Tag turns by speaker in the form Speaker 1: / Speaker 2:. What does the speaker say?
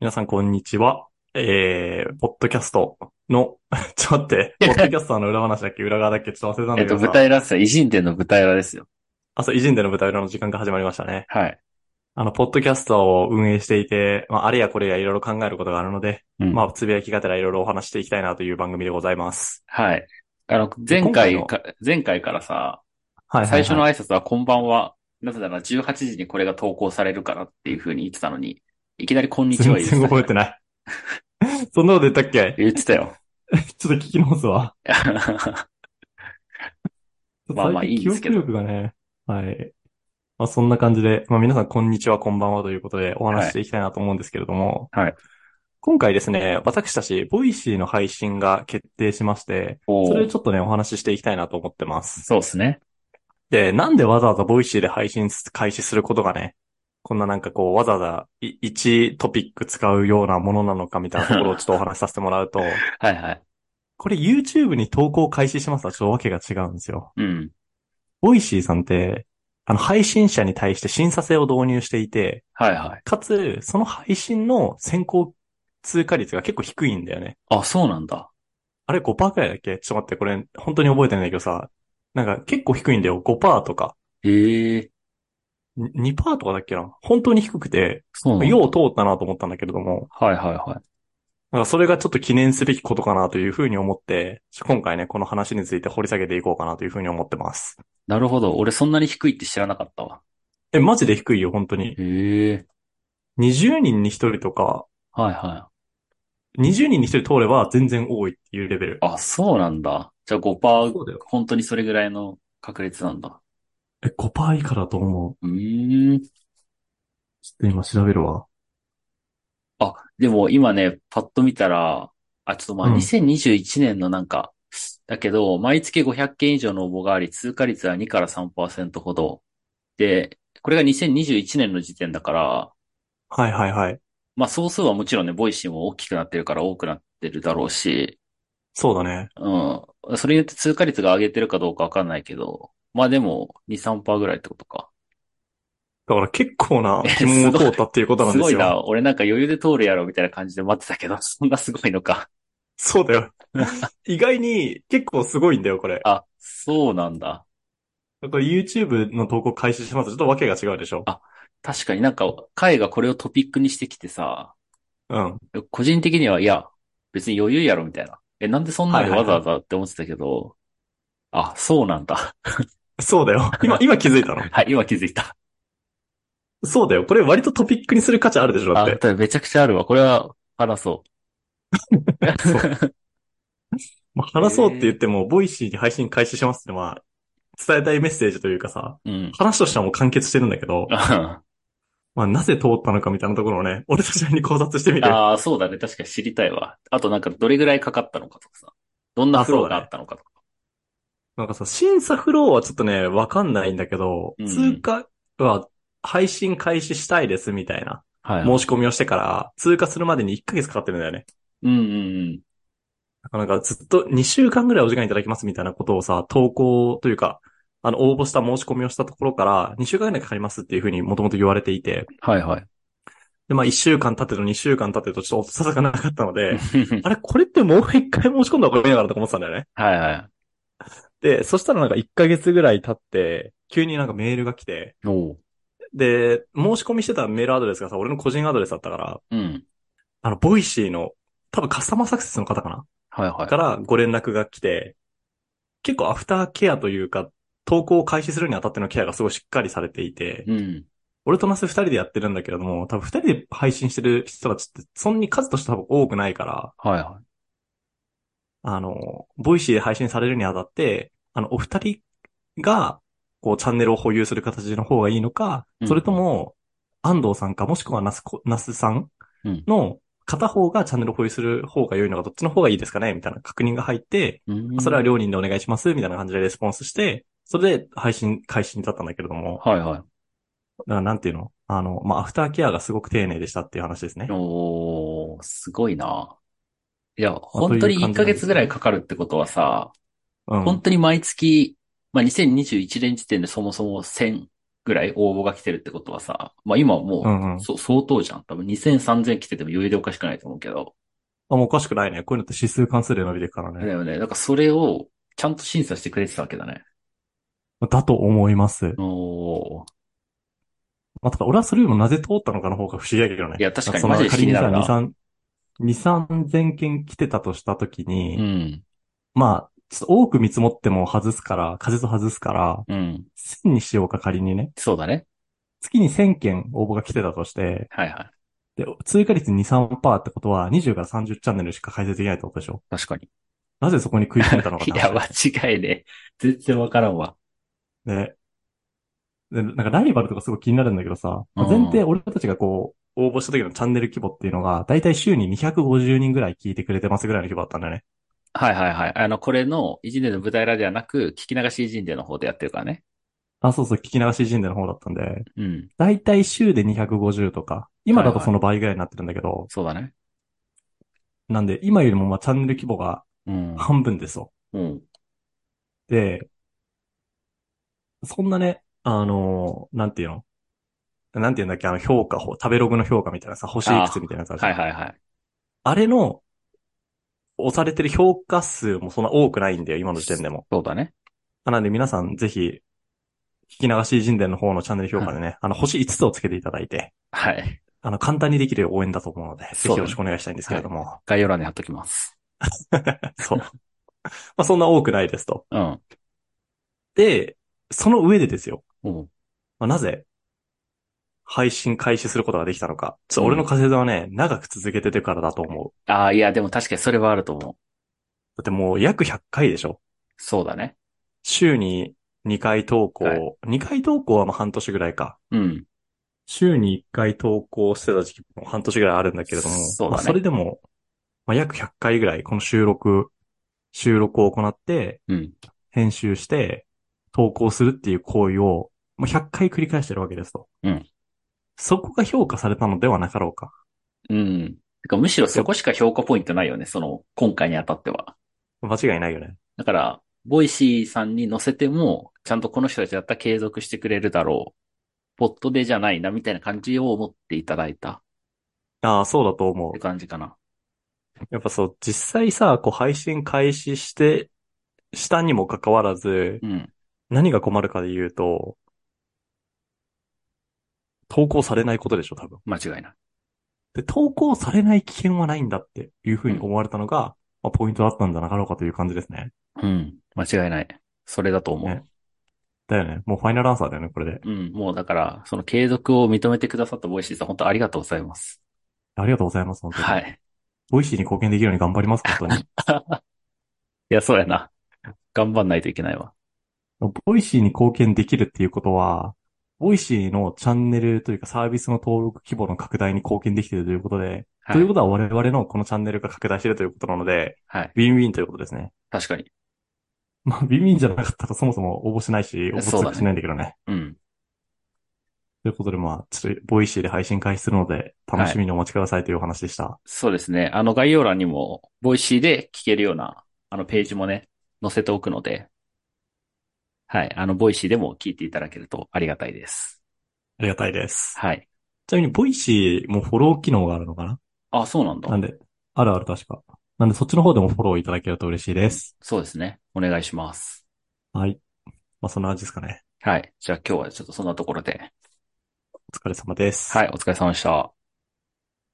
Speaker 1: 皆さん、こんにちは。えー、ポッドキャストの、 ちょっと待 って、ポッドキャストの裏話だっけ裏側だっけちょっと忘れたん
Speaker 2: え
Speaker 1: だ
Speaker 2: っ
Speaker 1: けど
Speaker 2: と、
Speaker 1: さ
Speaker 2: 舞。台裏っすよ。偉人伝の舞台裏ですよ。
Speaker 1: あ、そう、偉人での舞台裏の時間が始まりましたね。
Speaker 2: はい。
Speaker 1: あの、ポッドキャストを運営していて、まあ、あれやこれやいろいろ考えることがあるので、
Speaker 2: うん
Speaker 1: まあ、つぶやきがてらいろいろお話していきたいなという番組でございます。
Speaker 2: はい。あの、前
Speaker 1: 今回
Speaker 2: 回
Speaker 1: の
Speaker 2: か、前回からさ、
Speaker 1: はいはい、はい。
Speaker 2: 最初の挨拶はこんばんは。なぜなら18時にこれが投稿されるからっていう風に言ってたのに、いきなりこんにちは
Speaker 1: 全
Speaker 2: 言ってた
Speaker 1: 然
Speaker 2: じゃん
Speaker 1: 覚えて ない。そんなこと言ったっけ
Speaker 2: 言ってたよ。
Speaker 1: ちょっと聞き直すわ。
Speaker 2: まあまあ
Speaker 1: 最近
Speaker 2: いいですけど
Speaker 1: 記憶力がね、はい。まあそんな感じで、まあ皆さんこんにちは、こんばんはということでお話ししていきたいなと思うんですけれども、
Speaker 2: はいはい
Speaker 1: 今回ですね、私たち、ボイシーの配信が決定しまして、
Speaker 2: お
Speaker 1: それを
Speaker 2: ー
Speaker 1: ちょっとね、お話ししていきたいなと思ってます。
Speaker 2: そうですね。
Speaker 1: で、なんでわざわざボイシーで配信す開始することがね、こんななんかこう、わざわざい一トピック使うようなものなのかみたいなところをちょっとお話しさせてもらうと、
Speaker 2: はいはい。
Speaker 1: これ YouTube に投稿開始しますとはちょっとわけが違うんですよ。
Speaker 2: うん。
Speaker 1: ボイシーさんって、あの、配信者に対して審査制を導入していて、
Speaker 2: はいはい。
Speaker 1: かつ、その配信の先行通過率が結構低いんだよね。
Speaker 2: あ、そうなんだ。
Speaker 1: あれ5%くらいだっけちょっと待って、これ本当に覚えてないんだけどさ、なんか結構低いんだよ。5%とか。
Speaker 2: へえ、
Speaker 1: に2%とかだっけな本当に低くて、
Speaker 2: そうなんだ。
Speaker 1: よう通ったなと思ったんだけれども、
Speaker 2: はいはいはい。
Speaker 1: なんかそれがちょっと記念すべきことかなというふうに思って、ちょ今回ね、この話について掘り下げていこうかなというふうに思ってます。
Speaker 2: なるほど。俺そんなに低いって知らなかったわ。
Speaker 1: え、マジで低いよ、本当に。
Speaker 2: へえ、
Speaker 1: 20人に1人とか、
Speaker 2: はいは
Speaker 1: 20人に1人通れば全然多いっていうレベル
Speaker 2: い。。あ、そうなんだ。じゃあ5%
Speaker 1: そうだよ。
Speaker 2: 本当にそれぐらいの確率なんだ。
Speaker 1: え、5%以下だと思う。
Speaker 2: うーん。
Speaker 1: ちょっと今調べるわ。
Speaker 2: あ、でも今ね、パッと見たら、あ、ちょっとまあ
Speaker 1: うん
Speaker 2: 2021年のなんか、だけど、毎月500件以上の応募があり、通過率は2から3%ほど。で、これが2021年の時点だから、
Speaker 1: はいはいはい。
Speaker 2: まあ総数はもちろんね、ボイシーも大きくなってるから多くなってるだろうし、
Speaker 1: そうだね。
Speaker 2: うん。それによって通過率が上げてるかどうかわかんないけど、まあでも、2、3%ぐらいってことか。
Speaker 1: だから結構な
Speaker 2: え
Speaker 1: 疑問を
Speaker 2: すご
Speaker 1: 通
Speaker 2: い
Speaker 1: ったっていうことなん
Speaker 2: す
Speaker 1: で
Speaker 2: ご
Speaker 1: す
Speaker 2: い
Speaker 1: よ。
Speaker 2: な。俺なんか余裕で通るやろみたいな感じで待ってたけど、 そんなすごいのか。
Speaker 1: そうだ よ。意外に結構すごいんだよ、これ。
Speaker 2: あ、そうなんだ。
Speaker 1: これ YouTube の投稿開始しますとちょっとわけが違うでしょ。
Speaker 2: あ確かになんか、海がこれをトピックにしてきてさ、
Speaker 1: うん。
Speaker 2: 個人的には、いや、別に余裕やろみたいな。え、なんでそんなんで
Speaker 1: はいは
Speaker 2: わ
Speaker 1: いはい
Speaker 2: ざわざって思ってたけど、あ、そうなんだ。
Speaker 1: そうだよ。今、今気づいたの。
Speaker 2: はい、今気づいた。
Speaker 1: そうだよ。これ割とトピックにする価値あるでしょ、だ
Speaker 2: あ、
Speaker 1: っ
Speaker 2: だ
Speaker 1: て。
Speaker 2: からめちゃくちゃあるわ。これは、話そう。
Speaker 1: そうまあ話そうって言っても、ボイシーに配信開始しますってのは、伝えたいメッセージというかさ、
Speaker 2: うん。
Speaker 1: 話としてはもう完結してるんだけど、
Speaker 2: あ
Speaker 1: まあ、なぜ通ったのかみたいなところをね、 俺たちなりに考察してみて。
Speaker 2: あー、そうだね。確かに知りたいわ。あとなんか、どれぐらいかかったのかとかさ。どんなフローがあったのかとか。
Speaker 1: なんかさ、審査フローはちょっとね、わかんないんだけど、
Speaker 2: うん
Speaker 1: 通過は配信開始したいですみたいな
Speaker 2: はい
Speaker 1: 申し込みをしてから、通過するまでに1ヶ月かかってるんだよね。
Speaker 2: うんうん
Speaker 1: なんかずっと2週間ぐらいお時間いただきますみたいなことをさ、投稿というか、あの、応募した申し込みをしたところから、2週間ぐらいかかりますっていうふうにもともと言われていて、
Speaker 2: うん。はい はい。
Speaker 1: で、まあ1週間経ってと2週間経ってとちょっとささがなかったので、あれ、これってもう一回申し込んだ方がいいのかなとか思ってたんだよね。
Speaker 2: はいは
Speaker 1: で、そしたらなんか1ヶ月ぐらい経って、急になんかメールが来て、
Speaker 2: い。おう。
Speaker 1: で、申し込みしてたメールアドレスがさ、俺の個人アドレスだったから、
Speaker 2: うん。
Speaker 1: あの、ボイシーの、多分カスタマーサクセスの方かな
Speaker 2: はいはい。
Speaker 1: からご連絡が来て、結構アフターケアというか、投稿を開始するにあたってのケアがすごいしっかりされていて、
Speaker 2: うん。
Speaker 1: 俺とナス二人でやってるんだけれども、多分二人で配信してる人たちって、そんなに数として多分多くないから、
Speaker 2: はいはい。
Speaker 1: あの、ボイシーで配信されるにあたって、あの、お二人が、こう、チャンネルを保有する形の方がいいのか、
Speaker 2: うん
Speaker 1: それとも、安藤さんか、もしくはナスコ、ナスさん
Speaker 2: うん
Speaker 1: の片方がチャンネルを保有する方が良いのか、どっちの方がいいですかねみたいな確認が入って、
Speaker 2: うん
Speaker 1: それは両人でお願いします、みたいな感じでレスポンスして、それで配信、開始に立ったんだけれども、
Speaker 2: はいは
Speaker 1: だからなんていうのあの、まあ、アフターケアがすごく丁寧でしたっていう話ですね
Speaker 2: い。。おー、すごいな。いや、
Speaker 1: という
Speaker 2: 本当に
Speaker 1: 感
Speaker 2: 1
Speaker 1: じな
Speaker 2: ヶ
Speaker 1: んです
Speaker 2: 月ぐらいかかるってことはさ、
Speaker 1: うん。
Speaker 2: 本当に毎月、まあ、2021年時点でそもそも1000ぐらい応募が来てるってことはさ、まあ今はも
Speaker 1: う
Speaker 2: う、
Speaker 1: んうん。あ、
Speaker 2: そ、相当じゃん。多分2000、3000来てても余裕でおかしくないと思うけど。
Speaker 1: もうおかしくないね。こういうのって指数関数で伸びていくから
Speaker 2: だ
Speaker 1: ね。
Speaker 2: よね。だからそれをちゃんと審査してくれてたわけだね。
Speaker 1: だと思います。
Speaker 2: おー。
Speaker 1: まあ、ただ俺はそれよりもなぜ通ったのかの方が不思議だけどね。
Speaker 2: いや確かに
Speaker 1: その
Speaker 2: マジで不思
Speaker 1: 仮
Speaker 2: 議
Speaker 1: に
Speaker 2: だ
Speaker 1: さ、
Speaker 2: よな
Speaker 1: 2、3、2、3千件来てたとしたときに、
Speaker 2: うん。
Speaker 1: まあ、ちょっと多く見積もっても外すから、数と外すから、
Speaker 2: うん。
Speaker 1: 1000にしようか仮にね。
Speaker 2: そうだね。
Speaker 1: 月に1000件応募が来てたとして、
Speaker 2: はいはい。
Speaker 1: で、追加率2、3%ってことは20から30チャンネルしか開設できないってことでしょ
Speaker 2: 確かに。
Speaker 1: なぜそこに食い込めたのかっ
Speaker 2: い
Speaker 1: て
Speaker 2: や、
Speaker 1: 話
Speaker 2: 間違いね。全然わからんわ。
Speaker 1: で、で、なんかライバルとかすごい気になるんだけどさ、
Speaker 2: うん
Speaker 1: 前提俺たちがこう、応募した時のチャンネル規模っていうのが、だいたい週に250人ぐらい聞いてくれてますぐらいの規模だったんだよね。
Speaker 2: はいはいはい。あの、これの、一年の舞台裏ではなく、聞き流し人での方でやってるからね。
Speaker 1: あ、そうそう、聞き流し神社の方だったんで、
Speaker 2: うん。
Speaker 1: だいたい週で250とか、今だとその倍ぐらいになってるんだけど、
Speaker 2: そうだね。
Speaker 1: なんで、今よりもまあチャンネル規模が
Speaker 2: うん。
Speaker 1: 半分ですよ。
Speaker 2: うん。
Speaker 1: で、そんなね、あのーなんていうのなんていうんだっけあの評価、ほ食べログの評価みたいなさ、星いくつみたいなやつあるじゃ
Speaker 2: は
Speaker 1: ん
Speaker 2: いはいはい。
Speaker 1: あれの、押されてる評価数もそんな多くないんだよ、今の時点でも。
Speaker 2: そうだね。
Speaker 1: なので皆さんぜひ、聞き流し神殿の方のチャンネル評価でね、あの、星5つをつけていただいて、
Speaker 2: はい。
Speaker 1: あの、簡単にできる応援だと思うので、ぜひ
Speaker 2: そうだね
Speaker 1: よろしくお願いしたいんですけれども。
Speaker 2: 概要欄に貼っときます。
Speaker 1: そう。まあ、そんな多くないですと。
Speaker 2: うん。
Speaker 1: で、その上でですよ。
Speaker 2: うん。
Speaker 1: まあ、なぜ、配信開始することができたのか。ちょっと俺の仮説はね、長く続けててからだと思う。
Speaker 2: ああ、いや、でも確かにそれはあると思う。
Speaker 1: だってもう約100回でしょ
Speaker 2: そうだね。
Speaker 1: 週に2回投稿。
Speaker 2: はい
Speaker 1: 2回投稿はまあ半年ぐらいか。
Speaker 2: うん。
Speaker 1: 週に1回投稿してた時期も半年ぐらいあるんだけれども。
Speaker 2: そう
Speaker 1: ま
Speaker 2: だね
Speaker 1: あ、それでも、まあ、約100回ぐらいこの収録、収録を行って、
Speaker 2: うん。
Speaker 1: 編集して、投稿するっていう行為を、もう100回繰り返してるわけですと。
Speaker 2: うん
Speaker 1: そこが評価されたのではなかろうか。
Speaker 2: うん。てかむしろそこしか評価ポイントないよね。その、今回にあたっては。
Speaker 1: 間違いないよね。
Speaker 2: だから、ボイシーさんに載せても、ちゃんとこの人たちだったら継続してくれるだろう。ポットでじゃないな、みたいな感じを思っていただいたっ
Speaker 1: ああ、そうだと思う
Speaker 2: て。感じかな。
Speaker 1: やっぱそう、実際さ、こう配信開始して、したにもかかわらず、
Speaker 2: うん。
Speaker 1: 何が困るかで言うと、投稿されないことでしょ、多分。
Speaker 2: 間違いない。
Speaker 1: で、投稿されない危険はないんだっていうふうに思われたのが、まあ、ポイントだったんじゃなかろうかという感じですね。
Speaker 2: うん。間違いない。それだと思う。
Speaker 1: ねだよね。もうファイナルアンサーだよね、これで。
Speaker 2: うん。もうだから、その継続を認めてくださったボイシーさん、本当ありがとうございます。
Speaker 1: ありがとうございます、本当に。
Speaker 2: は。い。
Speaker 1: ボイシーに貢献できるように頑張ります、本当 に。
Speaker 2: いや、そうやな。頑張んないといけないわ。
Speaker 1: ボイシーに貢献できるっていうことは、ボイシーのチャンネルというかサービスの登録規模の拡大に貢献できているということで、
Speaker 2: はい。
Speaker 1: ということは我々のこのチャンネルが拡大しているということなので、
Speaker 2: はい。
Speaker 1: ウィンウィンということですね。
Speaker 2: 確かに。
Speaker 1: まあ、 ビビンじゃなかったらそもそも応募しないし、応募
Speaker 2: そう
Speaker 1: 通
Speaker 2: だね
Speaker 1: 知しないんだけどね。
Speaker 2: うん。
Speaker 1: ということで、まあ、ちょっと、ボイシーで配信開始するので、楽しみにお待ちくださいというお話でした。
Speaker 2: そうですね。あの概要欄にも、ボイシーで聞けるような、あのページもね、載せておくので、はい。あの、ボイシーでも聞いていただけるとありがたいです。
Speaker 1: ありがたいです。
Speaker 2: はい。
Speaker 1: ちなみに、ボイシーもフォロー機能があるのかな
Speaker 2: あ、そうなんだ
Speaker 1: なん。で、あるある確か。なんで、そっちの方でもフォローいただけると嬉しいです。
Speaker 2: そうですね。お願いします。
Speaker 1: はい。まあ、そんな感じですかね。
Speaker 2: はい。じゃあ今日はちょっとそんなところで。
Speaker 1: お疲れ様です。
Speaker 2: はい。お疲れ様でした。